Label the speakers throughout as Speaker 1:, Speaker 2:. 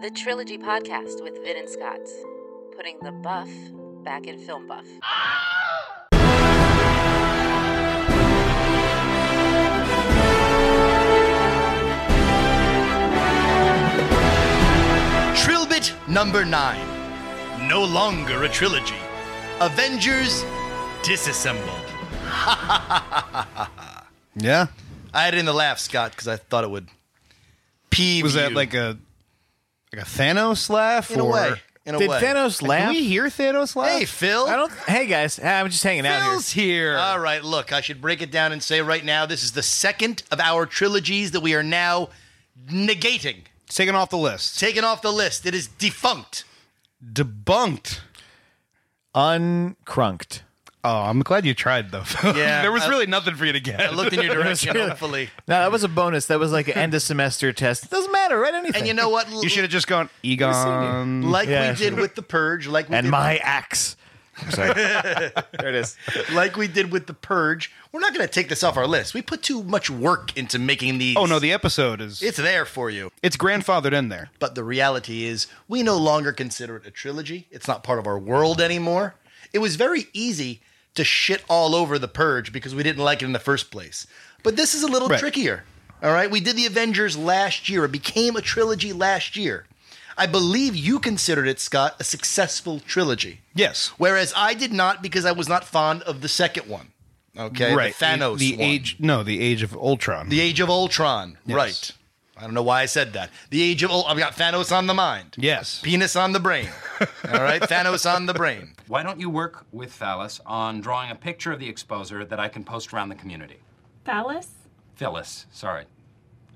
Speaker 1: The Trilogy Podcast with Vin and Scott, putting the buff back in film buff.
Speaker 2: Trilbit number nine. No longer a trilogy. Avengers disassembled.
Speaker 3: Yeah.
Speaker 2: I had it in the laugh, Scott, because I thought it would. P
Speaker 3: Was that like a like a Thanos laugh?
Speaker 2: In a
Speaker 3: or
Speaker 2: way. In a
Speaker 4: Did
Speaker 2: way.
Speaker 4: Thanos
Speaker 3: Like,
Speaker 4: laugh?
Speaker 3: Can we hear Thanos laugh?
Speaker 2: Hey, Phil.
Speaker 4: I don't. Hey guys, Ah, I'm just hanging out
Speaker 3: Phil's here.
Speaker 2: All right, look, I should break it down and say right now this is the second of our trilogies that we are now negating,
Speaker 3: Taken off the list.
Speaker 2: taken off the list. It is defunct.
Speaker 3: Debunked.
Speaker 4: here. Uncrunked.
Speaker 3: Oh, I'm glad you tried though. Phil.
Speaker 2: Yeah.
Speaker 3: there was
Speaker 2: I-
Speaker 3: really nothing for you to get.
Speaker 2: I looked in your direction,
Speaker 4: really-
Speaker 2: hopefully.
Speaker 4: No, that was a bonus. That was like an end of semester test. doesn't matter, right? Anything.
Speaker 2: And you know what?
Speaker 3: you should have just gone Egon.
Speaker 2: Like
Speaker 4: Yeah,
Speaker 2: we did
Speaker 4: sure.
Speaker 2: with the purge, like we
Speaker 4: And
Speaker 2: did
Speaker 4: my axe. I'm sorry. there it is.
Speaker 2: like we did with the purge, we're not going to take this off our list. We put too much work into making these.
Speaker 3: Oh no, the episode is
Speaker 2: it's there for you.
Speaker 3: it's grandfathered in there.
Speaker 2: But the reality is, we no longer consider it a trilogy. It's not part of our world anymore. It was very easy to shit all over the purge because we didn't like it in the first place. But this is a little
Speaker 3: Right.
Speaker 2: trickier. All right, we did the Avengers last year. It became a trilogy last year. I believe you considered it, Scott, a successful trilogy.
Speaker 3: Yes.
Speaker 2: Whereas I did not because I was not fond of the second one. Okay,
Speaker 3: right.
Speaker 2: the Thanos,
Speaker 3: The,
Speaker 2: one.
Speaker 3: age. No, the age of Ultron.
Speaker 2: the Age of Ultron,
Speaker 3: Yes.
Speaker 2: right? I don't know why I said that. The Age of Ul- I've got Thanos on the mind.
Speaker 3: yes.
Speaker 2: penis on the brain. All right, Thanos on the brain.
Speaker 5: Why don't you work with Phallus on drawing a picture of the exposer that I can post around the community?
Speaker 6: Phallus?
Speaker 5: Phyllis, sorry.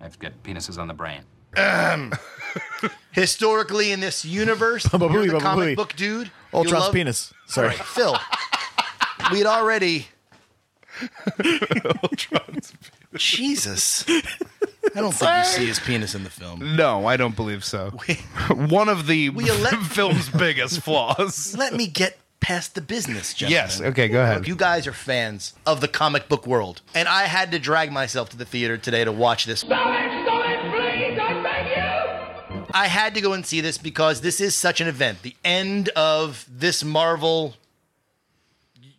Speaker 5: I've got penises on the brain.
Speaker 2: Historically, in this universe, you're
Speaker 4: Baba-booey,
Speaker 2: the
Speaker 4: baba-booey.
Speaker 2: comic book dude. you
Speaker 4: Ultron's
Speaker 2: love-
Speaker 4: penis.
Speaker 2: All
Speaker 4: Sorry.
Speaker 2: right, Phil. We'd already. Jesus. I don't think you see his penis in the film.
Speaker 3: No, I don't believe so. One of the
Speaker 2: We elect-
Speaker 3: film's biggest flaws.
Speaker 2: Let me get past the business, gentlemen.
Speaker 3: yes. Okay. Go ahead.
Speaker 2: You guys are fans of the comic book world, and I had to drag myself to the theater today to watch this
Speaker 7: Stop it! Stop it, please! I beg you!
Speaker 2: I had to go and see this because this is such an event. The end of this Marvel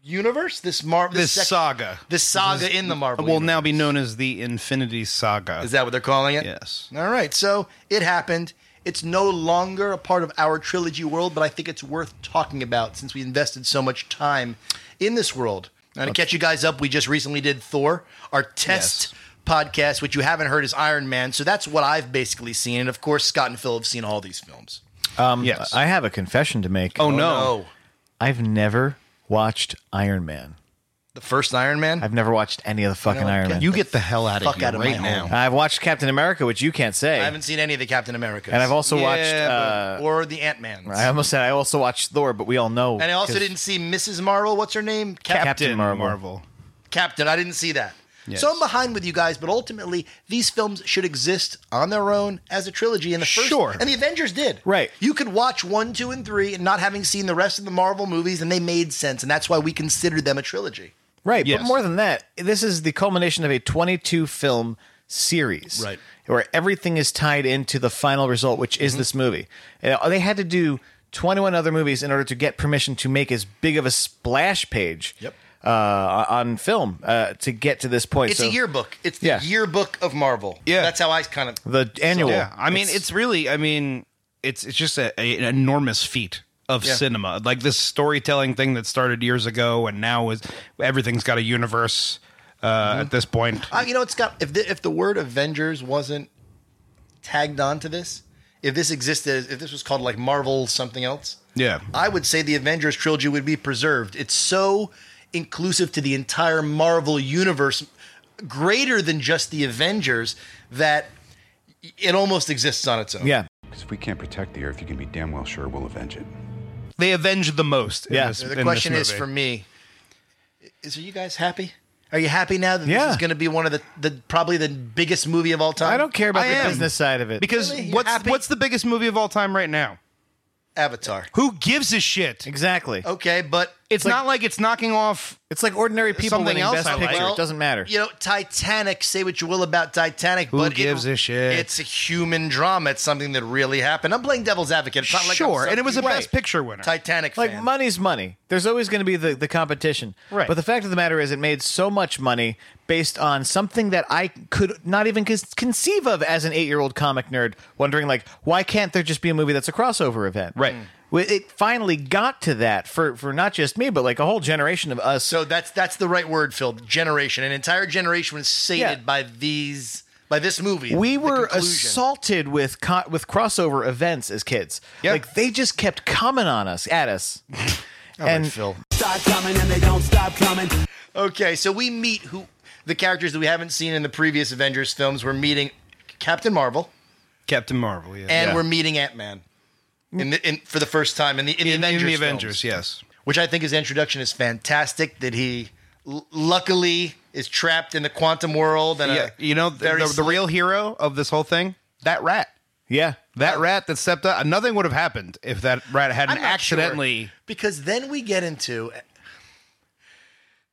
Speaker 2: universe, this Marvel,
Speaker 3: this saga.
Speaker 2: this saga in the Marvel.
Speaker 3: will now
Speaker 2: universe.
Speaker 3: be known as the Infinity Saga.
Speaker 2: Is that what they're calling it?
Speaker 3: Yes.
Speaker 2: All right. So it happened. It's no longer a part of our trilogy world, but I think it's worth talking about since we invested so much time in this world. Now, to catch you guys up, we just recently did Thor, our test podcast, which you haven't heard is Iron Man. So that's what I've basically seen. And of course, Scott and Phil have seen all these films.
Speaker 4: Um,
Speaker 3: Yes.
Speaker 4: I have a confession to make.
Speaker 3: Oh, no.
Speaker 4: I've never watched Iron Man.
Speaker 2: The first Iron Man?
Speaker 4: I've never watched any of the fucking
Speaker 2: know,
Speaker 4: Iron
Speaker 2: get
Speaker 4: Man.
Speaker 3: You get the hell out of
Speaker 2: Fuck
Speaker 3: here
Speaker 2: out of my
Speaker 3: right
Speaker 2: home.
Speaker 3: now.
Speaker 4: I've watched Captain America, which you can't say.
Speaker 2: I haven't seen any of the Captain Americas.
Speaker 4: and I've also
Speaker 3: Yeah,
Speaker 4: watched.
Speaker 3: but-
Speaker 4: Uh,
Speaker 2: or the Ant Mans.
Speaker 4: I almost said I also watched Thor, but we all know.
Speaker 2: And I also
Speaker 4: 'cause-
Speaker 2: didn't see Mrs. Marvel. What's her name? Cap-
Speaker 4: Captain Marvel.
Speaker 2: Captain. I didn't see that.
Speaker 3: Yes.
Speaker 2: So I'm behind with you guys, but ultimately these films should exist on their own as a trilogy. In the first,
Speaker 3: Sure.
Speaker 2: and the Avengers did.
Speaker 4: Right.
Speaker 2: You could watch one, two, and three, and not having seen the rest of the Marvel movies, and they made sense, and that's why we considered them a trilogy.
Speaker 4: Right,
Speaker 3: Yes.
Speaker 4: but more than that, this is the culmination of a 22 film series.
Speaker 2: Right.
Speaker 4: Where everything is tied into the final result, which
Speaker 3: Mm-hmm.
Speaker 4: is this movie. Uh, they had to do 21 other movies in order to get permission to make as big of a splash page
Speaker 2: Yep.
Speaker 4: uh, on film uh, to get to this point.
Speaker 2: It's
Speaker 4: So
Speaker 2: a yearbook. It's the
Speaker 4: Yeah.
Speaker 2: yearbook of Marvel.
Speaker 3: Yeah.
Speaker 2: That's how I kind of
Speaker 4: The annual.
Speaker 3: Yeah. I mean, it's, really. I mean, it's it's just a, a- an enormous feat of
Speaker 2: Yeah.
Speaker 3: cinema. Like this storytelling thing that started years ago, and now is everything's got a universe. Uh, At this point,
Speaker 2: Uh, you know, it's got if the, if the word Avengers wasn't tagged onto this, if this existed, if this was called like Marvel something else,
Speaker 3: yeah,
Speaker 2: I would say the Avengers trilogy would be preserved. It's so inclusive to the entire Marvel universe, greater than just the Avengers, that it almost exists on its own.
Speaker 4: yeah.
Speaker 8: Because if we can't protect the Earth, you can be damn well sure we'll avenge it.
Speaker 3: they avenge the most. in
Speaker 4: Yeah.
Speaker 3: this-
Speaker 4: So
Speaker 2: The
Speaker 3: in this
Speaker 2: question is
Speaker 3: movie.
Speaker 2: for me: Is are you guys happy? Are you happy now that
Speaker 4: Yeah.
Speaker 2: this is going to be one of the, the probably the biggest movie of all time?
Speaker 4: I don't care about
Speaker 3: I
Speaker 4: the
Speaker 3: am.
Speaker 4: business side of it.
Speaker 3: because
Speaker 2: Really? You're
Speaker 3: what's
Speaker 2: happy?
Speaker 3: what's the biggest movie of all time right now?
Speaker 2: Avatar.
Speaker 3: Who gives a shit? Oh,
Speaker 4: Exactly.
Speaker 2: Okay, but
Speaker 3: It's not like it's knocking off.
Speaker 4: It's like ordinary people
Speaker 3: Something
Speaker 4: winning
Speaker 3: else
Speaker 4: best
Speaker 3: I like.
Speaker 4: picture.
Speaker 3: Well,
Speaker 4: it doesn't matter.
Speaker 2: You know, Titanic. Say what you will about Titanic,
Speaker 3: Who
Speaker 2: but
Speaker 3: gives
Speaker 2: it,
Speaker 3: a shit?
Speaker 2: It's a human drama. It's something that really happened. I'm playing devil's advocate. It's not like I'm
Speaker 3: sure,
Speaker 2: some
Speaker 3: and it was a
Speaker 2: huge
Speaker 3: Best Picture winner.
Speaker 2: Titanic
Speaker 4: like
Speaker 2: fan.
Speaker 4: money's money. There's always going to be the, the competition.
Speaker 3: Right.
Speaker 4: But the fact of the matter is, it made so much money based on something that I could not even con- conceive of as an eight year old comic nerd, wondering like, why can't there just be a movie that's a crossover event?
Speaker 3: Right. Mm.
Speaker 4: Well, It finally got to that for for not just me, but like a whole generation of us.
Speaker 2: So that's that's the right word, Phil. Generation. An entire generation was sated
Speaker 4: Yeah.
Speaker 2: by these by this movie.
Speaker 4: we
Speaker 2: the
Speaker 4: were
Speaker 2: conclusion.
Speaker 4: assaulted with co- with crossover events as kids.
Speaker 3: Yeah.
Speaker 4: Like they just kept coming on us, at us. and
Speaker 2: Phil.
Speaker 6: Start coming and they don't stop coming.
Speaker 2: Okay, so we meet who the characters that we haven't seen in the previous Avengers films. We're meeting Captain Marvel
Speaker 3: Captain Marvel, yeah.
Speaker 2: and
Speaker 3: Yeah.
Speaker 2: we're meeting Ant Man. In the, in, for the first time in the, in the
Speaker 3: in,
Speaker 2: Avengers,
Speaker 3: in the
Speaker 2: films.
Speaker 3: Avengers. Yes,
Speaker 2: which I think his introduction is fantastic. That he l- luckily is trapped in the quantum world, and
Speaker 3: yeah.
Speaker 2: a
Speaker 3: uh, You know, the,
Speaker 2: very
Speaker 3: the, the
Speaker 2: slick-
Speaker 3: real hero of this whole thing, that rat.
Speaker 4: yeah,
Speaker 3: That rat that stepped up. Nothing would have happened if that rat hadn't
Speaker 2: I'm not
Speaker 3: accidentally.
Speaker 2: sure, because then we get into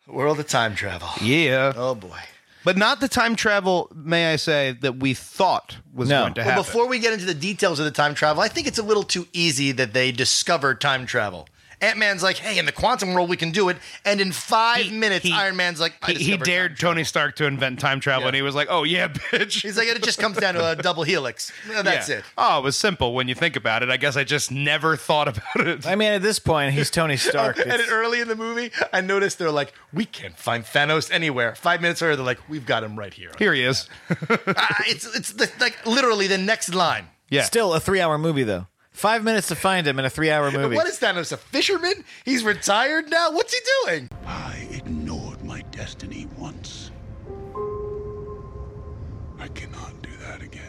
Speaker 2: a world of time travel.
Speaker 3: Yeah.
Speaker 2: Oh boy!
Speaker 3: But not the time travel, may I say, that we thought was
Speaker 4: No.
Speaker 3: going to
Speaker 2: Well,
Speaker 3: happen.
Speaker 2: before we get into the details of the time travel, I think it's a little too easy that they discover time travel. Ant Man's like, "Hey, in the quantum world, we can do it," and in five
Speaker 3: He-
Speaker 2: minutes,
Speaker 3: he-
Speaker 2: Iron Man's like, I
Speaker 3: he, he
Speaker 2: discovered
Speaker 3: dared
Speaker 2: time travel."
Speaker 3: Tony Stark to invent time travel, and he was like, "Oh yeah, bitch."
Speaker 2: He's like, "It just comes down to a double helix. That's
Speaker 3: Yeah.
Speaker 2: it."
Speaker 3: Oh, it was simple when you think about it. I guess I just never thought about it.
Speaker 4: I mean, at this point, he's Tony Stark.
Speaker 2: And
Speaker 4: It's-
Speaker 2: early in the movie, I noticed they're like, we can't find Thanos anywhere. Five minutes later, they're like, we've got him right here.
Speaker 3: Here he is.
Speaker 2: Ah, it's it's the, like literally the next line.
Speaker 3: Yeah.
Speaker 4: Still a three hour movie, though. Five minutes to find him in a three hour movie.
Speaker 2: What is Thanos, a fisherman? He's retired now? What's he doing?
Speaker 6: I ignored my destiny once. I cannot do that again.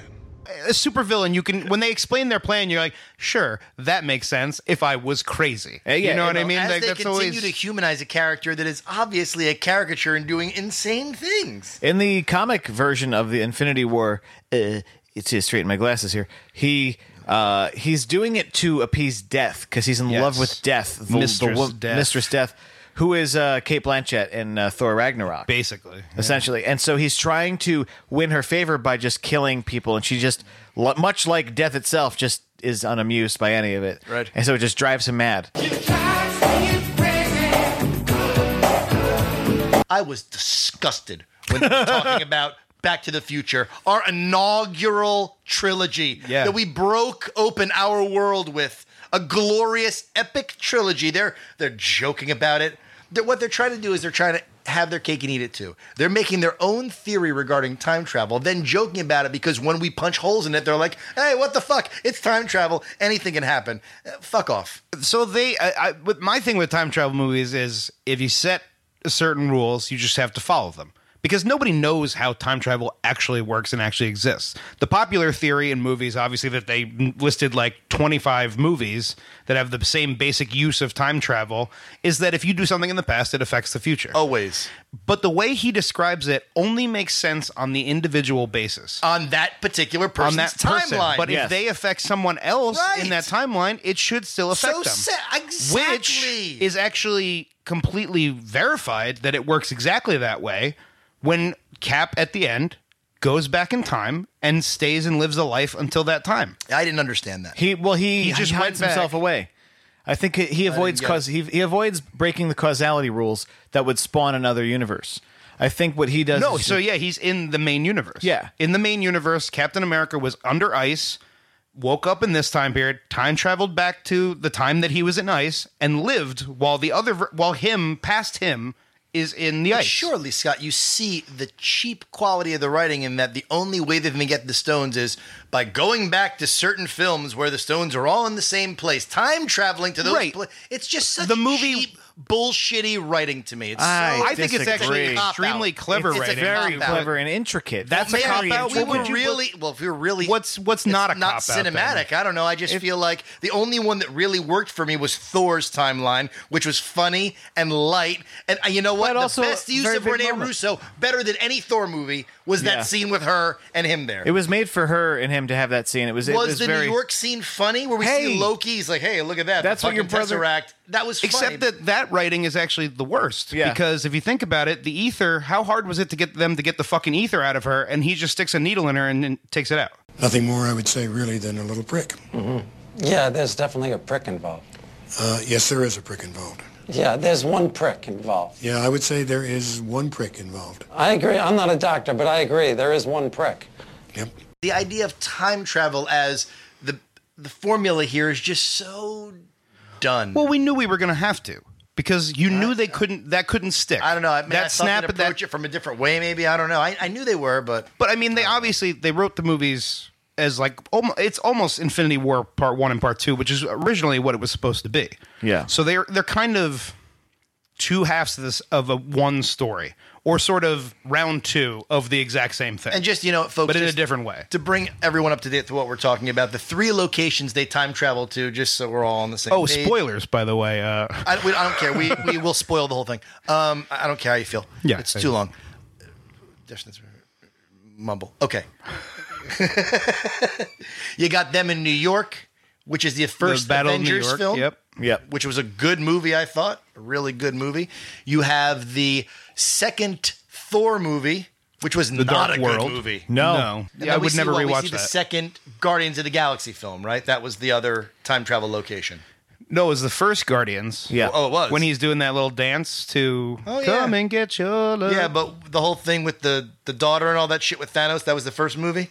Speaker 3: a supervillain, you can when they explain their plan, you're like, sure, that makes sense. If I was crazy,
Speaker 2: Uh,
Speaker 3: you know what I mean?
Speaker 2: As
Speaker 3: Like,
Speaker 2: they
Speaker 3: that's
Speaker 2: continue
Speaker 3: always
Speaker 2: to humanize a character that is obviously a caricature and doing insane things.
Speaker 4: in the comic version of the Infinity War, uh, it's to straighten my glasses here. He uh, he's doing it to appease death because he's in
Speaker 3: Yes.
Speaker 4: love with death, the,
Speaker 3: Mistress
Speaker 4: wo-
Speaker 3: Death.
Speaker 4: Mistress Death, who is uh, Kate Blanchett in uh, Thor Ragnarok.
Speaker 3: basically.
Speaker 4: essentially. And so he's trying to win her favor by just killing people, and she just, lo- much like death itself, just is unamused by any of it.
Speaker 2: Right.
Speaker 4: And so it just drives him mad.
Speaker 2: I was disgusted when they were talking about Back to the Future, our inaugural trilogy
Speaker 3: Yeah.
Speaker 2: that we broke open our world with. A glorious, epic trilogy. They're they're joking about it. They're, what they're trying to do is they're trying to have their cake and eat it too. They're making their own theory regarding time travel, then joking about it because when we punch holes in it, they're like, "Hey, what the fuck? It's time travel. Anything can happen. Uh, fuck off."
Speaker 3: So they, I, I, with my thing with time travel movies is if you set certain rules, you just have to follow them because nobody knows how time travel actually works and actually exists. The popular theory in movies, obviously, that they listed like 25 movies that have the same basic use of time travel, is that if you do something in the past, it affects the future.
Speaker 2: Always
Speaker 3: but the way he describes it only makes sense on the individual basis
Speaker 2: on that particular
Speaker 3: on
Speaker 2: person's
Speaker 3: that person.
Speaker 2: timeline.
Speaker 3: But if
Speaker 4: Yes.
Speaker 3: they affect someone else
Speaker 2: Right.
Speaker 3: in that timeline, it should still affect
Speaker 2: So
Speaker 3: them.
Speaker 2: sa- exactly.
Speaker 3: Which is actually completely verified that it works exactly that way when Cap at the end goes back in time and stays and lives a life until that time.
Speaker 2: I didn't understand that.
Speaker 4: He well, he, he
Speaker 3: just
Speaker 4: just hides
Speaker 3: went
Speaker 4: himself
Speaker 3: back.
Speaker 4: away. I think he- he avoids
Speaker 2: get
Speaker 4: cause he, he avoids breaking the causality rules that would spawn another universe. I think what he does.
Speaker 3: No,
Speaker 4: is
Speaker 3: so yeah, he's in the main universe.
Speaker 4: Yeah.
Speaker 3: In the main universe, Captain America was under ice, woke up in this time period, time traveled back to the time that he was in ice and lived while the other ver- while him past him is in the ice.
Speaker 2: Surely, Scott, you see the cheap quality of the writing in that the only way they can get the stones is by going back to certain films where the stones are all in the same place, time traveling to those.
Speaker 3: Right.
Speaker 2: pla- it's just such
Speaker 3: The movie-
Speaker 2: cheap, bullshitty writing to me. It's
Speaker 4: I
Speaker 2: so
Speaker 3: I think it's actually
Speaker 4: disagree.
Speaker 3: extremely clever
Speaker 2: It's- it's a
Speaker 3: writing.
Speaker 2: very
Speaker 4: very clever and intricate.
Speaker 3: That's
Speaker 2: Man,
Speaker 3: a cop out.
Speaker 2: We
Speaker 3: What would
Speaker 2: were
Speaker 3: you-
Speaker 2: really well. If we were really,
Speaker 3: What's- what's
Speaker 2: it's
Speaker 3: not a
Speaker 2: not
Speaker 3: cop-out then?
Speaker 2: cinematic? I don't know. I just feel like the only one that really worked for me was Thor's timeline, which was funny and light. And uh, you know what?
Speaker 4: But
Speaker 2: the
Speaker 4: also
Speaker 2: best use
Speaker 4: very
Speaker 2: of
Speaker 4: big
Speaker 2: Rene
Speaker 4: moment.
Speaker 2: Russo, better than any Thor movie, was
Speaker 4: Yeah.
Speaker 2: that scene with her and him there.
Speaker 4: It was made for her and him to have that scene. It was it
Speaker 2: was
Speaker 4: was
Speaker 2: the
Speaker 4: very,
Speaker 2: New York scene funny where we
Speaker 4: Hey!
Speaker 2: see Loki? He's like, "Hey, look at that!
Speaker 4: That's
Speaker 2: the
Speaker 4: what your
Speaker 2: fucking
Speaker 4: brother-
Speaker 2: Tesseract." That was funny.
Speaker 3: Except that that that writing is actually the worst.
Speaker 4: Yeah.
Speaker 3: Because if you think about it, the ether, how hard was it to get them to get the fucking ether out of her? And he just sticks a needle in her and then takes it out.
Speaker 9: Nothing more I would say really than a little prick.
Speaker 10: Yeah, Uh, there's definitely a prick involved.
Speaker 9: Uh, yes, there is a prick involved.
Speaker 10: Yeah, there's one prick involved.
Speaker 9: Yeah, I would say there is one prick involved.
Speaker 10: I agree. I'm not a doctor, but I agree. There is one prick.
Speaker 9: Yep.
Speaker 2: the idea of time travel as the the formula here is just so done.
Speaker 3: Well, we knew we were going to have to because you knew they couldn't, that couldn't stick.
Speaker 2: I don't know. I mean,
Speaker 3: that
Speaker 2: I
Speaker 3: snap
Speaker 2: snap
Speaker 3: at that
Speaker 2: approach it from a different way, maybe. I don't know. I, I knew they were, but
Speaker 3: But I mean, they obviously they wrote the movies as like almost, it's almost Infinity War Part One and Part Two, which is originally what it was supposed to be.
Speaker 4: Yeah.
Speaker 3: So they're they're kind of two halves of this of a one story, or sort of round two of the exact same thing.
Speaker 2: and just you know, folks,
Speaker 3: But in a
Speaker 2: just
Speaker 3: different way.
Speaker 2: to bring everyone up to date to what we're talking about. The three locations they time travel to, just so we're all on the same.
Speaker 3: oh,
Speaker 2: page.
Speaker 3: spoilers by the way. Uh,
Speaker 2: I, we, I don't care. We we will spoil the whole thing. Um, I I don't care how you feel.
Speaker 3: Yeah,
Speaker 2: it's
Speaker 3: same.
Speaker 2: too long. Just- that's- Mumble. Okay. you got them in New York, which is the
Speaker 3: the
Speaker 2: first
Speaker 3: Battle of New
Speaker 2: Avengers
Speaker 3: York.
Speaker 2: film.
Speaker 3: Yep.
Speaker 4: Yep.
Speaker 2: which was a good movie, I thought, a really good movie. You have the second Thor movie, which was not
Speaker 3: Dark
Speaker 2: a
Speaker 3: World.
Speaker 2: good movie.
Speaker 3: No.
Speaker 2: And
Speaker 3: Yeah, I
Speaker 2: then we
Speaker 3: would
Speaker 2: see-
Speaker 3: never
Speaker 2: well,
Speaker 3: rewatch
Speaker 2: we see
Speaker 3: that.
Speaker 2: The second Guardians of the Galaxy film, right? That was the other time travel location.
Speaker 3: no, it was the first Guardians.
Speaker 4: Yeah.
Speaker 2: Oh, it was
Speaker 3: When he's doing that little dance to
Speaker 2: Oh, yeah.
Speaker 3: come and get your love.
Speaker 2: yeah, but the whole thing with the the daughter and all that shit with Thanos. That was the first movie.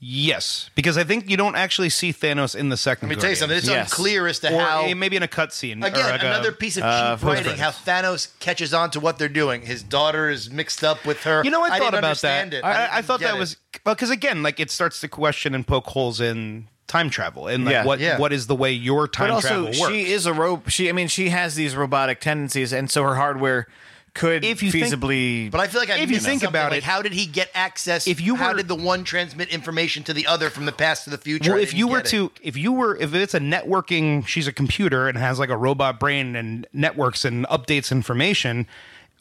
Speaker 3: yes, because I think you don't actually see Thanos in the second.
Speaker 2: Let me tell you
Speaker 3: Guardians.
Speaker 2: something. It's
Speaker 4: Yes.
Speaker 2: unclear as to
Speaker 3: or
Speaker 2: how.
Speaker 3: eh, maybe in a cutscene. or uh,
Speaker 2: Again,
Speaker 3: like a-
Speaker 2: another piece of cheap writing. How Thanos catches on to what they're doing. His daughter is mixed up with her.
Speaker 3: You know, I,
Speaker 2: I
Speaker 3: thought
Speaker 2: didn't
Speaker 3: about
Speaker 2: understand
Speaker 3: that.
Speaker 2: It.
Speaker 3: I, I,
Speaker 2: didn't
Speaker 3: thought
Speaker 2: get
Speaker 3: that
Speaker 2: it.
Speaker 3: was well, because again, like it starts to question and poke holes in time travel and like
Speaker 4: Yeah.
Speaker 3: what
Speaker 2: Yeah.
Speaker 3: what is the way your time
Speaker 4: but also
Speaker 3: travel works.
Speaker 4: she is a rope. She, I mean, she has these robotic tendencies, and so her hardware could
Speaker 3: If you think-
Speaker 4: feasibly.
Speaker 2: But I feel like I
Speaker 3: If you
Speaker 2: missed
Speaker 3: think
Speaker 2: something,
Speaker 3: about
Speaker 2: like,
Speaker 3: it-
Speaker 2: how did he get access?
Speaker 3: If you
Speaker 2: how
Speaker 3: were-
Speaker 2: did the one transmit information to the other from the past to the future?
Speaker 3: well,
Speaker 2: I
Speaker 3: if
Speaker 2: didn't
Speaker 3: you were
Speaker 2: get it.
Speaker 3: to, if you were, if it's a networking, she's a computer and has like a robot brain and networks and updates information.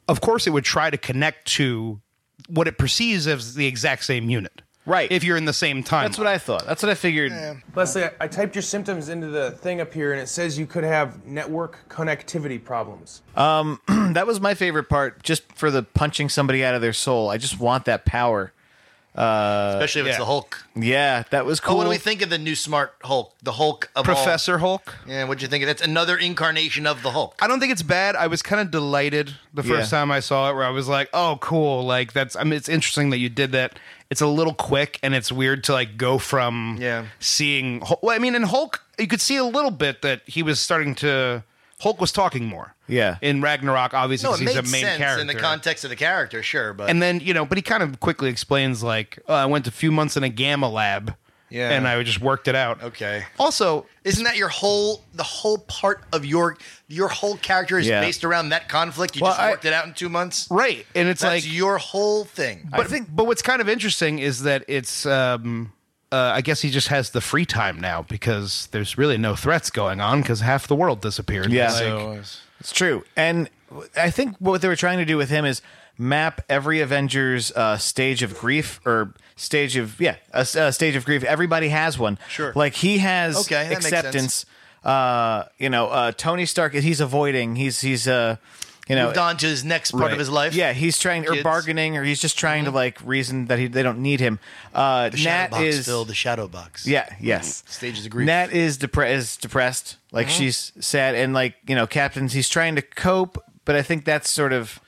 Speaker 3: Of course, it would try to connect to what it perceives as the exact same unit.
Speaker 4: Right.
Speaker 3: If you're in the same time,
Speaker 4: that's what I thought. That's what I figured.
Speaker 10: Leslie, I, I typed your symptoms into the thing up here, and it says you could have network connectivity problems.
Speaker 4: That was my favorite part, just for the punching somebody out of their soul. I just want that power.
Speaker 2: especially if it's
Speaker 3: uh, yeah.
Speaker 2: the Hulk.
Speaker 4: Yeah, that was cool.
Speaker 2: Oh, what do we think of the new smart Hulk? The Hulk of all-
Speaker 3: Professor Hulk.
Speaker 2: Yeah, what'd you think? of That's another incarnation of the Hulk.
Speaker 3: I don't think it's bad. I was kind of delighted the first
Speaker 4: Yeah.
Speaker 3: time I saw it, where I was like, "Oh, cool! Like that's. I mean, it's interesting that you did that. It's a little quick, and it's weird to like go from
Speaker 2: Yeah.
Speaker 3: seeing. Hul- Well, I mean, in Hulk, you could see a little bit that he was starting to. Hulk was talking more.
Speaker 4: Yeah.
Speaker 3: In Ragnarok, obviously,
Speaker 2: No,
Speaker 3: 'cause
Speaker 2: it made
Speaker 3: he's a main
Speaker 2: sense
Speaker 3: character.
Speaker 2: in the context of the character, sure, but
Speaker 3: and then you know, but he kind of quickly explains like, oh, "I went a few months in a gamma lab,
Speaker 2: Yeah.
Speaker 3: and I just worked it out."
Speaker 2: Okay.
Speaker 3: Also,
Speaker 2: isn't that your whole the whole part of your your whole character is
Speaker 4: Yeah.
Speaker 2: based around that conflict? You
Speaker 4: Well,
Speaker 2: just
Speaker 4: I-
Speaker 2: worked it out in two months.
Speaker 3: right, and it's
Speaker 2: That's
Speaker 3: like
Speaker 2: your whole thing.
Speaker 3: But, but what's kind of interesting is that it's um, uh, I guess he just has the free time now because there's really no threats going on because half the world disappeared.
Speaker 4: Yeah.
Speaker 3: Like,
Speaker 4: So- It's true. And w- I think what they were trying to do with him is map every Avengers uh, stage of grief or stage of yeah, a, s- a stage of grief. Everybody has one.
Speaker 2: Sure.
Speaker 4: Like he has
Speaker 2: Okay, that makes
Speaker 4: acceptance. Uh, you know, uh, Tony Stark. He's avoiding. He's he's uh, you know,
Speaker 2: Moved on to his next part of
Speaker 3: Right.
Speaker 2: his life.
Speaker 4: yeah, he's trying or
Speaker 2: Kids. Mm-hmm.
Speaker 4: bargaining or he's just trying to like reason that he, they don't need him. Uh,
Speaker 2: The shadow
Speaker 4: Nat
Speaker 2: box,
Speaker 4: is
Speaker 2: Phil, the shadow box.
Speaker 4: yeah, yes.
Speaker 2: Stages of grief. Uh-huh.
Speaker 4: Nat is, depre- is depressed. Like she's sad, and like you know, Captain's he's trying to cope, but I think that's sort of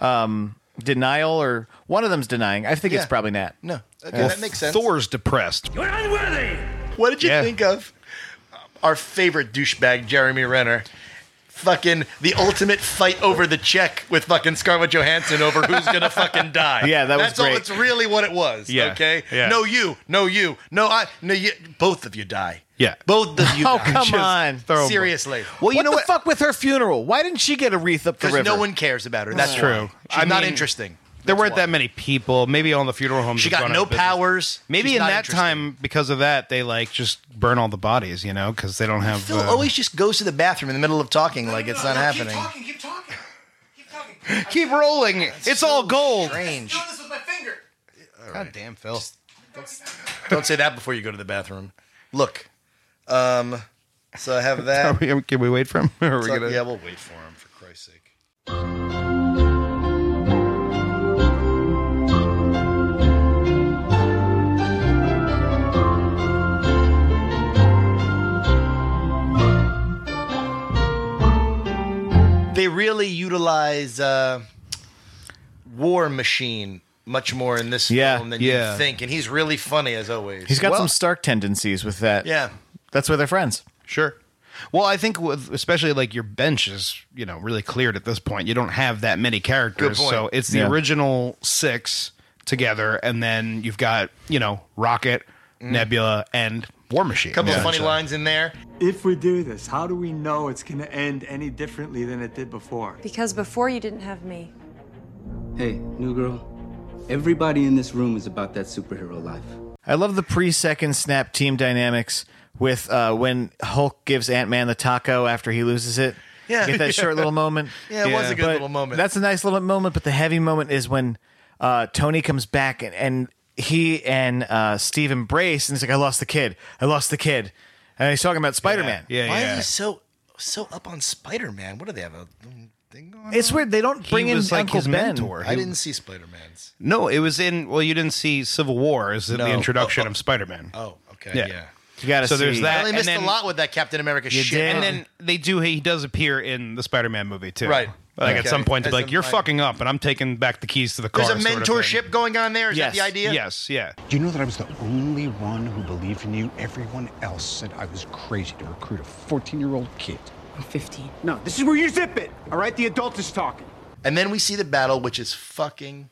Speaker 4: um, denial, or one of them's denying. I think
Speaker 2: Yeah.
Speaker 4: it's probably Nat.
Speaker 2: No, okay, that makes sense.
Speaker 3: Thor's depressed.
Speaker 2: What did you
Speaker 3: Yeah.
Speaker 2: think of our favorite douchebag, Jeremy Renner? Fucking the ultimate fight over the check with fucking Scarlett Johansson over who's gonna fucking die.
Speaker 4: Yeah, that was
Speaker 2: That's all.
Speaker 4: great.
Speaker 2: That's really what it was.
Speaker 3: Yeah,
Speaker 2: Okay.
Speaker 3: yeah.
Speaker 2: No, you. No, you. No, I. No, you. Both of you die.
Speaker 3: Yeah.
Speaker 2: Both of you.
Speaker 4: Oh
Speaker 2: die.
Speaker 4: come
Speaker 3: Just
Speaker 4: on!
Speaker 3: throw 'em.
Speaker 2: Seriously.
Speaker 4: Well, you
Speaker 3: What
Speaker 4: know
Speaker 3: the
Speaker 4: what? Fuck with her funeral. Why didn't she get a wreath up the river?
Speaker 2: Because no one cares about her. That's
Speaker 3: That's
Speaker 2: why.
Speaker 3: true.
Speaker 2: She's
Speaker 3: I
Speaker 2: not
Speaker 3: mean,
Speaker 2: interesting.
Speaker 3: There
Speaker 2: That's
Speaker 3: weren't
Speaker 2: why.
Speaker 3: that many people. Maybe all the funeral homes.
Speaker 2: She
Speaker 3: have
Speaker 2: got
Speaker 3: gone
Speaker 2: no
Speaker 3: out of business.
Speaker 2: powers.
Speaker 3: Maybe
Speaker 2: She's
Speaker 3: in
Speaker 2: not
Speaker 3: that
Speaker 2: interesting.
Speaker 3: time, because of that, they like just burn all the bodies, you know, because they don't have.
Speaker 2: Phil oh,
Speaker 3: uh,
Speaker 2: always just goes to the bathroom in the middle of talking like it's not happening.
Speaker 6: keep talking. Keep talking.
Speaker 3: keep rolling. it's all gold.
Speaker 2: Strange.
Speaker 6: this with my finger.
Speaker 3: God damn, Phil.
Speaker 2: Don't say that before you go to the bathroom. Look, um, So I have
Speaker 3: Are
Speaker 2: that.
Speaker 3: we, can we wait for him? Or are we
Speaker 2: So-
Speaker 3: gonna-
Speaker 2: yeah, we'll wait for him for Christ's sake. They really utilize uh, War Machine much more in this
Speaker 4: Yeah,
Speaker 2: film than
Speaker 3: yeah.
Speaker 2: you think, and he's really funny as always.
Speaker 4: He's got
Speaker 3: Well-
Speaker 4: some Stark tendencies with that.
Speaker 2: yeah.
Speaker 4: That's why they're friends.
Speaker 3: Sure. Well, I think with especially like your bench is you know really cleared at this point. You don't have that many characters,
Speaker 2: Good point.
Speaker 3: so it's the
Speaker 4: Yeah.
Speaker 3: original six together, and then you've got you know Rocket, Nebula, and War Machine.
Speaker 2: Mm. couple of funny
Speaker 3: essentially.
Speaker 2: lines in there.
Speaker 11: If we do this, how do we know it's going to end any differently than it did before?
Speaker 7: Because before you didn't have me.
Speaker 11: Hey, new girl. Everybody in this room is about that superhero life.
Speaker 4: I love the pre-second snap team dynamics with uh, when Hulk gives Ant Man the taco after he loses it.
Speaker 2: Yeah.
Speaker 4: You get that short little moment.
Speaker 2: Yeah, it was
Speaker 3: Yeah.
Speaker 2: a good
Speaker 4: But
Speaker 2: little moment.
Speaker 4: That's a nice little moment, but the heavy moment is when uh, Tony comes back and, and he and uh, Steve embrace, and he's like, "I lost the kid. I lost the kid," and he's talking about Spider Man.
Speaker 3: Yeah,
Speaker 2: Why
Speaker 3: yeah.
Speaker 2: are they so so up on Spider Man? What do they have a thing on?
Speaker 4: It's weird they don't bring
Speaker 3: he
Speaker 4: in
Speaker 3: was like
Speaker 4: Uncle
Speaker 3: his
Speaker 4: Ben.
Speaker 3: mentor.
Speaker 2: I didn't see Spider Man's.
Speaker 3: No, it was in. Well, you didn't see Civil War. Is the
Speaker 2: No.
Speaker 3: introduction
Speaker 2: Oh, oh.
Speaker 3: of Spider Man?
Speaker 2: Oh, okay,
Speaker 3: Yeah.
Speaker 2: yeah.
Speaker 4: You gotta
Speaker 3: So there's
Speaker 4: see.
Speaker 3: that.
Speaker 2: I only
Speaker 3: And
Speaker 2: missed
Speaker 3: then-
Speaker 2: a lot with that Captain America
Speaker 4: You
Speaker 2: shit.
Speaker 4: did.
Speaker 3: And then they do. He does appear in the Spider Man movie too.
Speaker 2: Right.
Speaker 3: Like at
Speaker 2: Okay.
Speaker 3: some point, they're
Speaker 2: As
Speaker 3: like,
Speaker 2: a-
Speaker 3: "You're fucking up," and I'm taking back the keys to the car.
Speaker 2: There's a
Speaker 3: sort of
Speaker 2: mentorship
Speaker 3: thing.
Speaker 2: going on there. Is
Speaker 4: Yes,
Speaker 2: that the idea?
Speaker 3: Yes. Yeah.
Speaker 8: Do you know that I was the only one who believed in you? Everyone else said I was crazy to recruit a 14 year old kid.
Speaker 1: I'm 15.
Speaker 11: No, this is where you zip it, all right? The adult is talking.
Speaker 2: And then we see the battle, which is fucking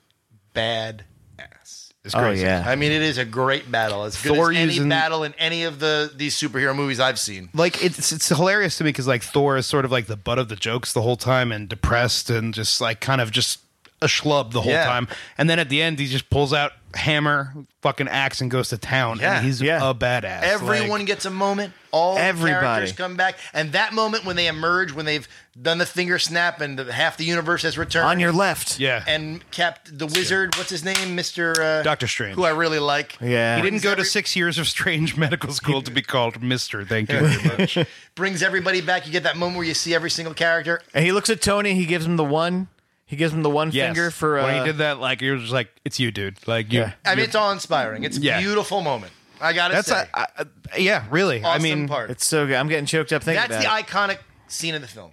Speaker 2: bad ass.
Speaker 3: It's
Speaker 4: Oh
Speaker 3: crazy.
Speaker 4: yeah.
Speaker 2: I mean, it is a great battle. As good
Speaker 3: Thor
Speaker 2: as any
Speaker 3: using-
Speaker 2: battle in any of the these superhero movies I've seen.
Speaker 3: like it's it's hilarious to me because like Thor is sort of like the butt of the jokes the whole time and depressed and just like kind of just a schlub the whole
Speaker 2: Yeah.
Speaker 3: time, and then at the end he just pulls out hammer, fucking axe, and goes to town.
Speaker 2: Yeah.
Speaker 3: and he's
Speaker 4: Yeah.
Speaker 3: a badass.
Speaker 2: Everyone
Speaker 3: Like,
Speaker 2: gets a moment. All
Speaker 4: Everybody.
Speaker 2: everybody. characters come back, and that moment when they emerge, when they've done the finger snap, and the, half the universe has returned.
Speaker 4: on your left.
Speaker 3: yeah,
Speaker 2: and Cap, the wizard, what's his name, Mister uh,
Speaker 3: Doctor Strange.
Speaker 2: who I really like.
Speaker 4: Yeah.
Speaker 3: he didn't go to six years of strange medical school to be called Mister. Thank you very much.
Speaker 2: brings everybody back. You get that moment where you see every single character.
Speaker 4: And he looks at Tony. He gives him the one. He gives him the one
Speaker 3: Yes.
Speaker 4: finger for uh,
Speaker 3: when he did that, like it was just like it's you, dude. Like you,
Speaker 4: Yeah.
Speaker 2: I mean, it's all inspiring. It's a
Speaker 3: Yeah.
Speaker 2: beautiful moment. I gotta
Speaker 3: that's
Speaker 2: say,
Speaker 3: a, I, I- yeah, really. I
Speaker 2: awesome
Speaker 3: mean,
Speaker 2: part.
Speaker 4: It's so good. I'm getting choked up thinking
Speaker 2: that's
Speaker 4: about
Speaker 2: the
Speaker 4: it.
Speaker 2: iconic scene in the film.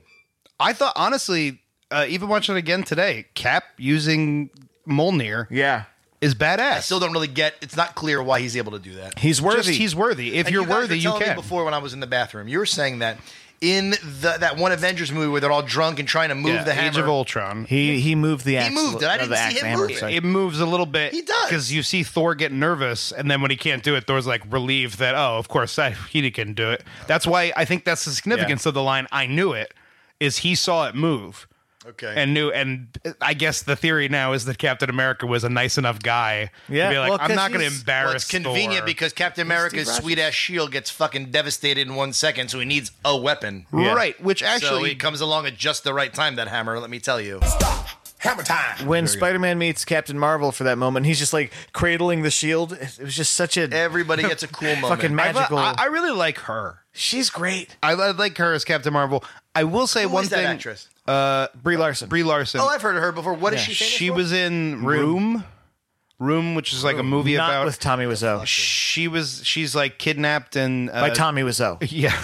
Speaker 3: I thought honestly, uh, even watching it again today, Cap using Molnir
Speaker 4: yeah.
Speaker 3: is badass.
Speaker 2: I still don't really get. It's not clear why he's able to do that.
Speaker 4: He's worthy.
Speaker 3: Just he's worthy. If
Speaker 2: And
Speaker 3: you're
Speaker 2: guys
Speaker 3: worthy,
Speaker 2: were
Speaker 3: you
Speaker 2: telling me
Speaker 3: can.
Speaker 2: Before, when I was in the bathroom, you were saying that in the that one Avengers movie where they're all drunk and trying to move
Speaker 3: yeah,
Speaker 2: the hammer.
Speaker 3: Age of Ultron.
Speaker 4: he he moved the axe.
Speaker 2: moved it. I
Speaker 4: no, the
Speaker 2: didn't see
Speaker 4: axe
Speaker 2: him
Speaker 4: hammer,
Speaker 2: move it.
Speaker 4: sorry.
Speaker 3: It moves a little bit.
Speaker 2: He does.
Speaker 3: because you see Thor get nervous, and then when he can't do it, Thor's like relieved that oh, of course I, he can do it. That's why I think that's the significance of the line. I knew it is he saw it move.
Speaker 2: Okay.
Speaker 3: And knew, and I guess the theory now is that Captain America was a nice enough guy
Speaker 4: Yeah,
Speaker 3: to be like,
Speaker 4: well, 'cause
Speaker 3: I'm not going to
Speaker 4: he's-
Speaker 3: embarrass.
Speaker 2: Well, it's convenient
Speaker 3: Thor.
Speaker 2: because Captain America's sweet ass shield gets fucking devastated in one second, so he needs a weapon.
Speaker 3: right, which
Speaker 2: so
Speaker 3: actually
Speaker 2: he comes along at just the right time. That hammer, let me tell you.
Speaker 6: Hammer time.
Speaker 4: when Spider-Man meets Captain Marvel for that moment, he's just like cradling the shield. It was just such a
Speaker 2: Everybody gets a cool moment.
Speaker 4: fucking
Speaker 3: I-
Speaker 4: magical.
Speaker 3: I, I really like her.
Speaker 4: she's great.
Speaker 3: I, I like her as Captain Marvel. I will say
Speaker 2: Who
Speaker 3: one
Speaker 2: is that
Speaker 3: thing.
Speaker 2: actress?
Speaker 3: Uh,
Speaker 4: Brie Larson.
Speaker 3: Brie Larson.
Speaker 2: Oh, I've heard of her before. What is she? Famous
Speaker 3: she
Speaker 2: for?
Speaker 3: was in Room. Room, which is like a movie
Speaker 4: not
Speaker 3: about.
Speaker 4: with Tommy Wiseau.
Speaker 3: she was. She's like kidnapped and. Uh,
Speaker 4: By Tommy Wiseau.
Speaker 3: Yeah.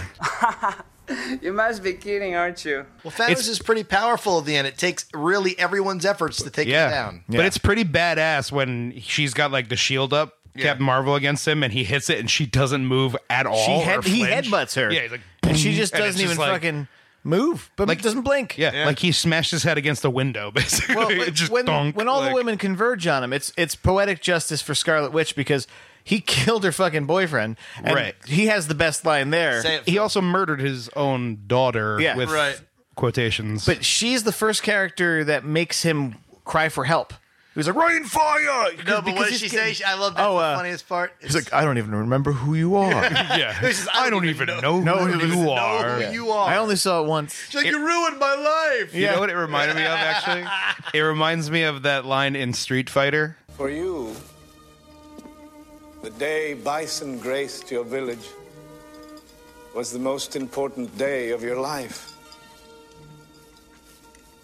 Speaker 11: You must be kidding, aren't you?
Speaker 2: Well, Thanos
Speaker 3: it's-
Speaker 2: is pretty powerful at the end. It takes really everyone's efforts to take
Speaker 3: Yeah.
Speaker 2: him down.
Speaker 3: But it's pretty badass when she's got like the shield up. Captain Marvel against him, and he hits it, and she doesn't move at all.
Speaker 4: She
Speaker 3: or
Speaker 4: head, he
Speaker 3: flinch.
Speaker 4: headbutts her.
Speaker 3: Yeah, he's like,
Speaker 4: and she just
Speaker 3: and it's
Speaker 4: doesn't even
Speaker 3: like-
Speaker 4: fucking move, but
Speaker 3: Like-
Speaker 4: doesn't blink.
Speaker 3: Yeah, like he smashed his head against the window, basically.
Speaker 4: Well,
Speaker 3: It
Speaker 4: but
Speaker 3: just
Speaker 4: when,
Speaker 3: donk,
Speaker 4: when all
Speaker 3: like-
Speaker 4: the women converge on him, it's it's poetic justice for Scarlet Witch because he killed her fucking boyfriend, and
Speaker 3: Right.
Speaker 4: He has the best line there.
Speaker 2: Say it.
Speaker 3: he also murdered his own daughter
Speaker 4: Yeah.
Speaker 3: with
Speaker 2: Right.
Speaker 3: quotations.
Speaker 4: But she's the first character that makes him cry for help. He was like, "Rain fire!"
Speaker 2: No, but
Speaker 4: Because
Speaker 2: what did
Speaker 4: he's
Speaker 2: she
Speaker 4: getting-
Speaker 2: say? I love that.
Speaker 4: Oh,
Speaker 2: the
Speaker 4: uh,
Speaker 2: funniest part.
Speaker 4: He's like, "I don't even remember who you are.
Speaker 3: yeah,
Speaker 2: This is-
Speaker 3: I don't even know,
Speaker 4: No,
Speaker 3: who
Speaker 4: it was-
Speaker 3: you
Speaker 4: no,
Speaker 3: are.
Speaker 2: who you are.
Speaker 4: I only saw it once."
Speaker 2: She's like, you ruined my life.
Speaker 3: You know what it reminded me of? Actually, it reminds me of that line in Street Fighter.
Speaker 11: For you, the day Bison graced your village
Speaker 12: was the most important day of your life.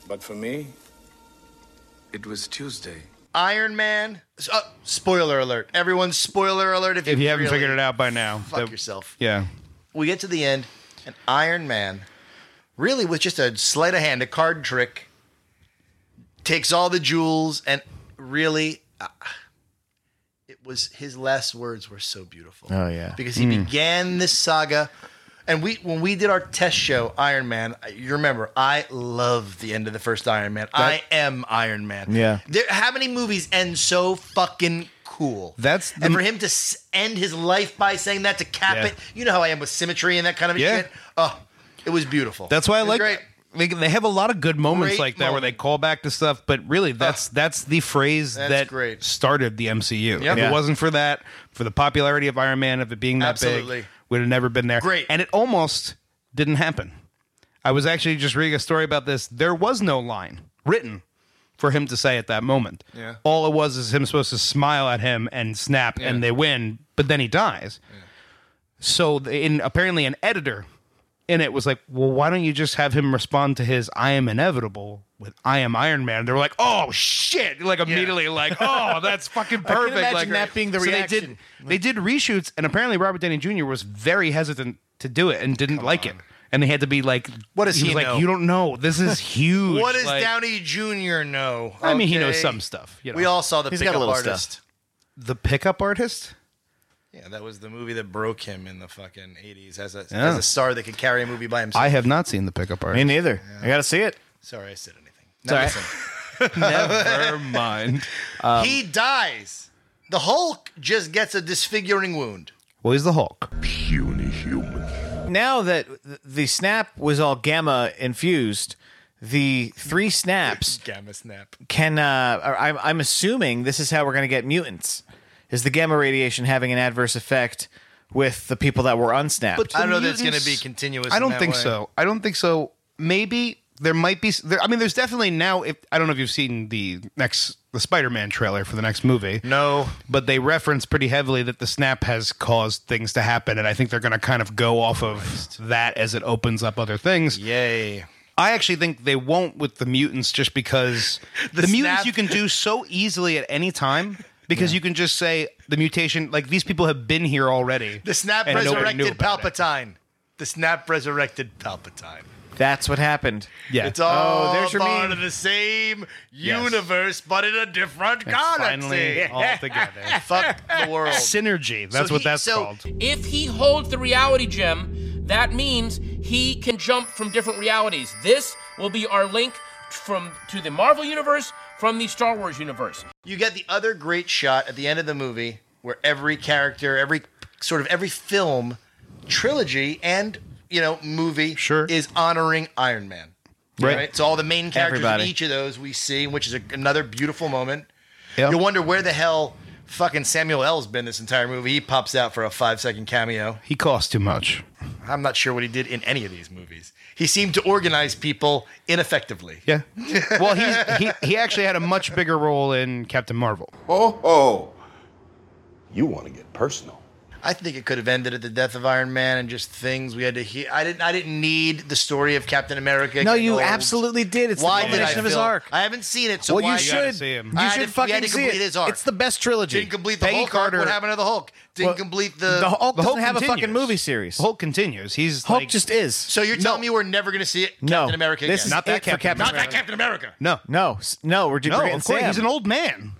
Speaker 12: But for me, it was Tuesday.
Speaker 2: Iron Man. So, uh, spoiler alert. Everyone's spoiler alert if you,
Speaker 3: If you haven't
Speaker 2: really-
Speaker 3: figured it out by now,
Speaker 2: Fuck
Speaker 3: that-
Speaker 2: yourself.
Speaker 3: Yeah.
Speaker 2: We get to the end, and Iron Man, really with just a sleight of hand, a card trick, takes all the jewels, and really, uh, it was his last words were so beautiful.
Speaker 4: Oh, yeah.
Speaker 2: because he
Speaker 4: Mm.
Speaker 2: began this saga. And we, when we did our test show, Iron Man, uh, you remember, I love the end of the first Iron Man. I am Iron Man.
Speaker 4: Yeah.
Speaker 2: There, how many movies end so fucking cool?
Speaker 3: That's the-
Speaker 2: and for him to s- end his life by saying that to cap
Speaker 3: Yeah.
Speaker 2: it. You know how I am with symmetry and that kind of
Speaker 3: Yeah.
Speaker 2: shit. Oh, it was beautiful.
Speaker 3: That's why I
Speaker 2: It was
Speaker 3: like.
Speaker 2: great.
Speaker 3: They, they have a lot of good moments
Speaker 2: Great Ah.
Speaker 3: like that where they call back to stuff, but really that's that's the phrase
Speaker 2: That's
Speaker 3: that
Speaker 2: great.
Speaker 3: started the MCU.
Speaker 2: Yep.
Speaker 3: If
Speaker 2: Yeah.
Speaker 3: it wasn't for that, for the popularity of Iron Man, of it being that
Speaker 2: Absolutely.
Speaker 3: big, would have never been there.
Speaker 2: Great.
Speaker 3: and it almost didn't happen. I was actually just reading a story about this. There was no line written for him to say at that moment.
Speaker 2: Yeah.
Speaker 3: All it was is him supposed to smile at him and snap,
Speaker 2: Yeah.
Speaker 3: and they win, but then he dies. So the- in apparently an editor in it was like, well, why don't you just have him respond to his "I am inevitable" with "I am Iron Man"? They were like, oh shit! Like immediately, like oh, that's fucking
Speaker 4: I can
Speaker 3: perfect.
Speaker 4: imagine
Speaker 3: like
Speaker 4: that being the
Speaker 3: so They
Speaker 4: reaction.
Speaker 3: did, they did reshoots, and apparently Robert Downey Jr. was very hesitant to do it and didn't like it, and they had to be like,
Speaker 2: What does
Speaker 3: he was
Speaker 2: he
Speaker 3: like?
Speaker 2: know?
Speaker 3: You don't know. This is huge.
Speaker 2: What does
Speaker 3: Like,
Speaker 2: Downey Jr. know?
Speaker 3: I mean, he knows
Speaker 2: Okay.
Speaker 3: some stuff, you know.
Speaker 2: We all saw the
Speaker 4: He's got a
Speaker 2: pickup
Speaker 4: little
Speaker 2: artist.
Speaker 4: stuff.
Speaker 3: the pickup artist?
Speaker 2: Yeah, that was the movie that broke him in the fucking eighties as a
Speaker 3: Yeah.
Speaker 2: as a star that could carry a movie by himself.
Speaker 3: I have not seen the pickup
Speaker 4: Me
Speaker 3: artist.
Speaker 4: neither. I gotta see it.
Speaker 2: Sorry, I said anything.
Speaker 4: all
Speaker 2: Now
Speaker 4: right.
Speaker 2: listen.
Speaker 3: Never mind. Um,
Speaker 2: he dies. The Hulk just gets a disfiguring wound.
Speaker 3: Well, he's the Hulk.
Speaker 6: Puny human.
Speaker 4: Now that th- the snap was all gamma infused, the three snaps
Speaker 2: Gamma snap.
Speaker 4: can. Uh, or I'm, I'm assuming this is how we're gonna get mutants. Is the gamma radiation having an adverse effect with the people that were unsnapped?
Speaker 2: I don't know that's going to be continuous.
Speaker 3: I
Speaker 2: in
Speaker 3: don't
Speaker 2: that
Speaker 3: think
Speaker 2: way.
Speaker 3: so. I don't think so. Maybe there might be. There, I mean, there's definitely now. If I don't know if you've seen the next the Spider-Man trailer for the next movie.
Speaker 2: No.
Speaker 3: but they reference pretty heavily that the snap has caused things to happen, and I think they're going to kind of go off of that as it opens up other things.
Speaker 2: Yay.
Speaker 3: I actually think they won't with the mutants just because the, mutants
Speaker 2: snap.
Speaker 3: you can do so easily at any time. Because you can just say the mutation, like these people have been here already.
Speaker 2: The snap
Speaker 3: and nobody knew
Speaker 2: resurrected
Speaker 3: about it.
Speaker 2: Palpatine. The snap resurrected Palpatine.
Speaker 4: That's what happened.
Speaker 3: Yeah.
Speaker 2: It's all
Speaker 4: there's your
Speaker 2: part
Speaker 4: meme.
Speaker 2: of the same
Speaker 3: Yes.
Speaker 2: universe, but in a different galaxy.
Speaker 3: finally all together.
Speaker 2: Fuck the world.
Speaker 3: Synergy. That's
Speaker 2: So
Speaker 3: what
Speaker 2: he-
Speaker 3: that's
Speaker 2: so-
Speaker 3: called.
Speaker 13: If he holds the reality gem, that means he can jump from different realities. This will be our link from to the Marvel universe from the Star Wars universe.
Speaker 2: You get the other great shot at the end of the movie where every character, every sort of every film, trilogy, and you know movie
Speaker 3: Sure.
Speaker 2: is honoring Iron Man.
Speaker 3: Right.
Speaker 2: So all the main characters
Speaker 4: Everybody.
Speaker 2: in each of those we see, which is a, another beautiful moment.
Speaker 3: Yeah.
Speaker 2: You wonder where the hell fucking Samuel L's been this entire movie. He pops out for a five second cameo.
Speaker 3: He costs too much.
Speaker 2: I'm not sure what he did in any of these movies. He seemed to organize people ineffectively.
Speaker 3: Yeah. well, he, he he actually had a much bigger role in Captain Marvel.
Speaker 6: Oh, oh. You want to get personal.
Speaker 2: I think it could have ended at the death of Iron Man and just things we had to hear. I didn't. I didn't need the story of Captain America.
Speaker 3: Oh,
Speaker 4: No,
Speaker 2: getting
Speaker 4: you
Speaker 2: old.
Speaker 4: absolutely did. It's
Speaker 2: Why did I
Speaker 4: the culmination of his
Speaker 2: feel-
Speaker 4: arc.
Speaker 2: I haven't seen it, so
Speaker 4: well,
Speaker 2: why
Speaker 4: you
Speaker 3: gotta
Speaker 4: should.
Speaker 3: see him.
Speaker 4: You
Speaker 2: I
Speaker 4: should
Speaker 2: had to- we
Speaker 4: fucking
Speaker 2: had to
Speaker 4: see
Speaker 2: complete
Speaker 4: it.
Speaker 2: his arc.
Speaker 4: It's the best trilogy.
Speaker 2: Didn't complete the
Speaker 3: Peggy
Speaker 2: Hulk
Speaker 3: Carter-
Speaker 2: arc. What happened to the Hulk? Didn't
Speaker 4: Well,
Speaker 2: complete the.
Speaker 4: the Hulk
Speaker 3: The
Speaker 4: doesn't
Speaker 3: Hulk
Speaker 4: have a fucking
Speaker 3: continues.
Speaker 4: movie series.
Speaker 3: Hulk continues. He's
Speaker 4: Hulk
Speaker 3: like,
Speaker 4: just is.
Speaker 2: So you're telling me we're never going to see it, Captain
Speaker 4: no,
Speaker 2: America
Speaker 4: This
Speaker 2: again?
Speaker 4: is
Speaker 3: Not that
Speaker 4: it for
Speaker 3: Captain
Speaker 4: Captain
Speaker 3: America.
Speaker 2: Not Captain America.
Speaker 3: no,
Speaker 4: No, s- no, we're
Speaker 3: no.
Speaker 4: doing
Speaker 3: Of course, he's an old man.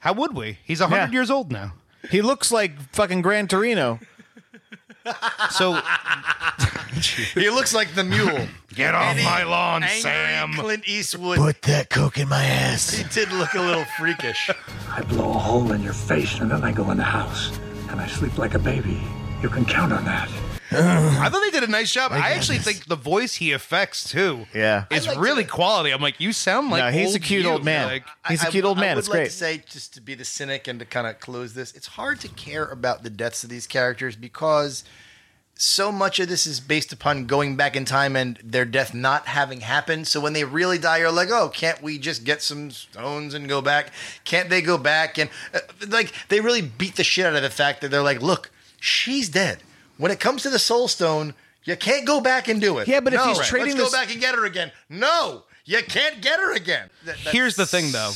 Speaker 3: How would we? He's hundred
Speaker 4: Yeah.
Speaker 3: years old now.
Speaker 4: He looks like fucking Gran Torino.
Speaker 3: So
Speaker 2: He looks like the mule.
Speaker 3: get off my lawn,
Speaker 2: Angry Clint Eastwood.
Speaker 4: that coke in my ass.
Speaker 2: he did look a little freakish.
Speaker 14: I blow a hole in your face and then I go in the house and I sleep like a baby. You can count on that.
Speaker 3: I thought they did a nice job. I actually think the voice he affects too.
Speaker 4: Yeah.
Speaker 3: is
Speaker 2: I'd like
Speaker 3: really
Speaker 2: to-
Speaker 3: quality. I'm like, you sound like
Speaker 4: no, he's a
Speaker 3: old
Speaker 4: cute
Speaker 3: you.
Speaker 4: old man.
Speaker 3: Like,
Speaker 4: he's
Speaker 2: I-
Speaker 4: a cute
Speaker 2: I-
Speaker 4: old man.
Speaker 2: I would
Speaker 4: it's
Speaker 2: like
Speaker 4: great.
Speaker 2: to say, just to be the cynic and to kind of close this, it's hard to care about the deaths of these characters because so much of this is based upon going back in time and their death not having happened. So when they really die, you're like, oh, can't we just get some stones and go back? Can't they go back? And uh, like, they really beat the shit out of the fact that they're like, look, she's dead. When it comes to the Soul Stone, you can't go back and do it.
Speaker 3: Yeah, but if
Speaker 2: No,
Speaker 3: he's trading
Speaker 2: let's
Speaker 3: this-
Speaker 2: go back and get her again. No, you can't get her again. That- that-
Speaker 3: Here's the thing, though.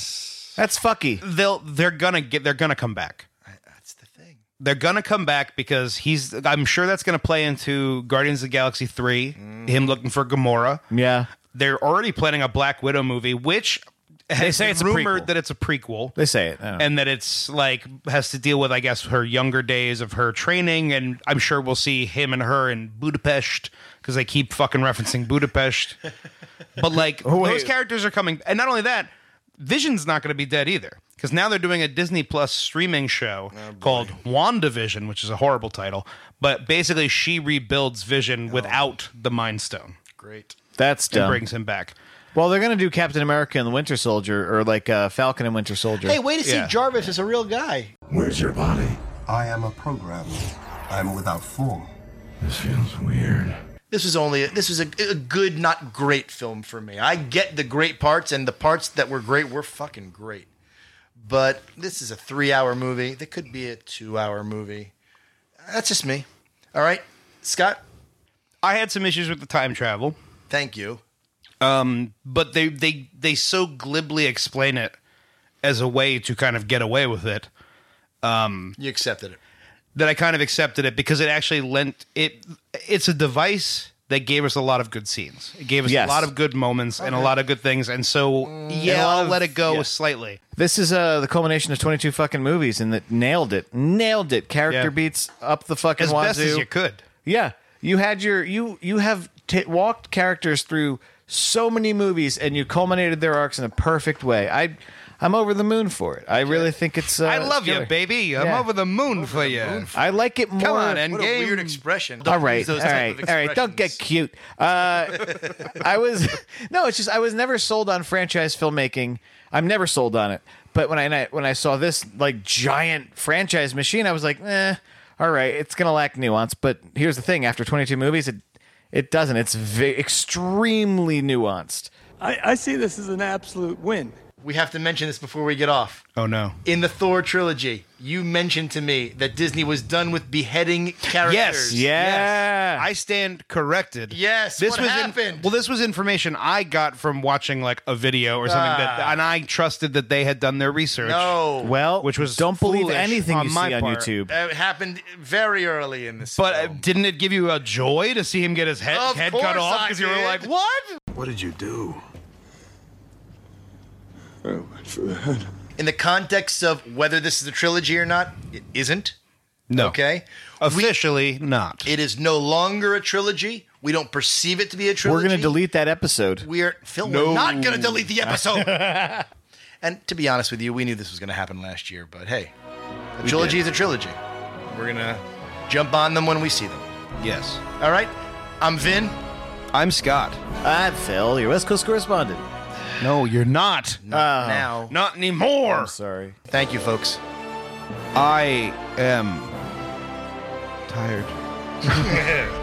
Speaker 4: That's fucky.
Speaker 3: They'll they're gonna get they're gonna come back. That's the thing. They're gonna come back because he's. I'm sure that's gonna play into Guardians of the Galaxy three.
Speaker 4: Mm-hmm.
Speaker 3: Him looking for Gamora.
Speaker 4: Yeah.
Speaker 3: They're already planning a Black Widow movie, which has
Speaker 4: say
Speaker 3: been
Speaker 4: it's a
Speaker 3: rumored
Speaker 4: prequel.
Speaker 3: that it's a prequel.
Speaker 4: They say it. I don't know.
Speaker 3: and that it's like has to deal with i guess her younger days of her training and i'm sure we'll see him and her in budapest because they keep fucking referencing budapest but like
Speaker 4: Oh, wait.
Speaker 3: those characters are coming and not only that vision's not going to be dead either because now they're doing a disney plus streaming show called wandavision which is a horrible title but basically she rebuilds vision without the mind stone
Speaker 2: Great.
Speaker 4: That's
Speaker 3: and
Speaker 4: dumb.
Speaker 3: brings him back
Speaker 4: well, they're going to do Captain America and the Winter Soldier, or like uh, Falcon and Winter Soldier.
Speaker 2: Hey, wait to see Jarvis is a real guy.
Speaker 14: Where's your body?
Speaker 6: I am a program. I'm without form.
Speaker 14: This feels weird.
Speaker 2: This was only this was a, a good, not great film for me. I get the great parts, and the parts that were great were fucking great. But this is a three-hour movie. That could be a two-hour movie. That's just me. All right, Scott.
Speaker 3: I had some issues with the time travel.
Speaker 2: Thank you.
Speaker 3: Um, but they they they so glibly explain it as a way to kind of get away with it. Um,
Speaker 2: you accepted it.
Speaker 3: That I kind of accepted it because it actually lent it. It's a device that gave us a lot of good scenes. It gave us
Speaker 4: Yes.
Speaker 3: a lot of good moments and a lot of good things. And so yeah, I'll let it go slightly.
Speaker 4: This is uh, the culmination of 22 fucking movies, and that nailed it. Nailed it. Character
Speaker 3: Yeah.
Speaker 4: beats up the fucking
Speaker 3: As best as
Speaker 4: wazoo.
Speaker 3: you could.
Speaker 4: Yeah, you had your you you have t- walked characters through so many movies, and you culminated their arcs in a perfect way. I I'm over the moon for it. I really think it's. Uh,
Speaker 3: I love you,
Speaker 4: killer.
Speaker 3: baby. I'm
Speaker 4: Yeah.
Speaker 3: over the moon for you.
Speaker 4: I like it more.
Speaker 3: Come on, Endgame.
Speaker 2: What a weird expression.
Speaker 4: all right, all right, all right. Don't get cute. Uh, I was no, it's just I was never sold on franchise filmmaking. I'm never sold on it. But when I, and I when I saw this like giant franchise machine, I was like, eh, all right, it's gonna lack nuance. But here's the thing: after 22 movies, it it doesn't. It's ve- extremely nuanced.
Speaker 12: I, I see this as an absolute win.
Speaker 2: We have to mention this before we get off.
Speaker 3: Oh no.
Speaker 2: In the Thor trilogy, you mentioned to me that Disney was done with beheading characters.
Speaker 3: Yes, yeah. I stand corrected.
Speaker 2: Yes, what
Speaker 3: was in-
Speaker 2: happened?
Speaker 3: well, this was information I got from watching like a video or something that,
Speaker 2: Ah.
Speaker 3: and I trusted that they had done their research.
Speaker 2: No.
Speaker 4: Well,
Speaker 3: which was
Speaker 4: don't believe
Speaker 3: foolish
Speaker 4: anything
Speaker 3: on
Speaker 4: you
Speaker 3: my
Speaker 4: see on
Speaker 3: part.
Speaker 4: YouTube.
Speaker 2: It uh, happened very early in this.
Speaker 3: But uh, didn't it give you a joy to see him get his head
Speaker 2: Of
Speaker 3: head cut
Speaker 2: course
Speaker 3: off
Speaker 2: I
Speaker 3: you were
Speaker 2: did.
Speaker 3: like, what?
Speaker 6: What did you do? Oh,
Speaker 2: in the context of whether this is a trilogy or not, it isn't.
Speaker 3: No.
Speaker 2: Okay.
Speaker 3: Officially not.
Speaker 2: It is no longer a trilogy. We don't perceive it to be a
Speaker 4: We're
Speaker 2: trilogy.
Speaker 4: gonna delete that episode.
Speaker 2: We're Phil.
Speaker 4: No.
Speaker 2: We're not going to delete the episode. and to be honest with you, we knew this was going to happen last year, but hey, a
Speaker 3: We
Speaker 2: trilogy
Speaker 3: did.
Speaker 2: is a trilogy. We're gonna jump on them when we see them.
Speaker 3: Yes.
Speaker 2: All right. I'm Vin.
Speaker 3: I'm Scott.
Speaker 4: I'm Phil, your West Coast correspondent.
Speaker 3: No, you're not.
Speaker 4: Not
Speaker 2: now.
Speaker 3: Not anymore.
Speaker 4: I'm sorry.
Speaker 2: Thank you, folks.
Speaker 3: I am tired.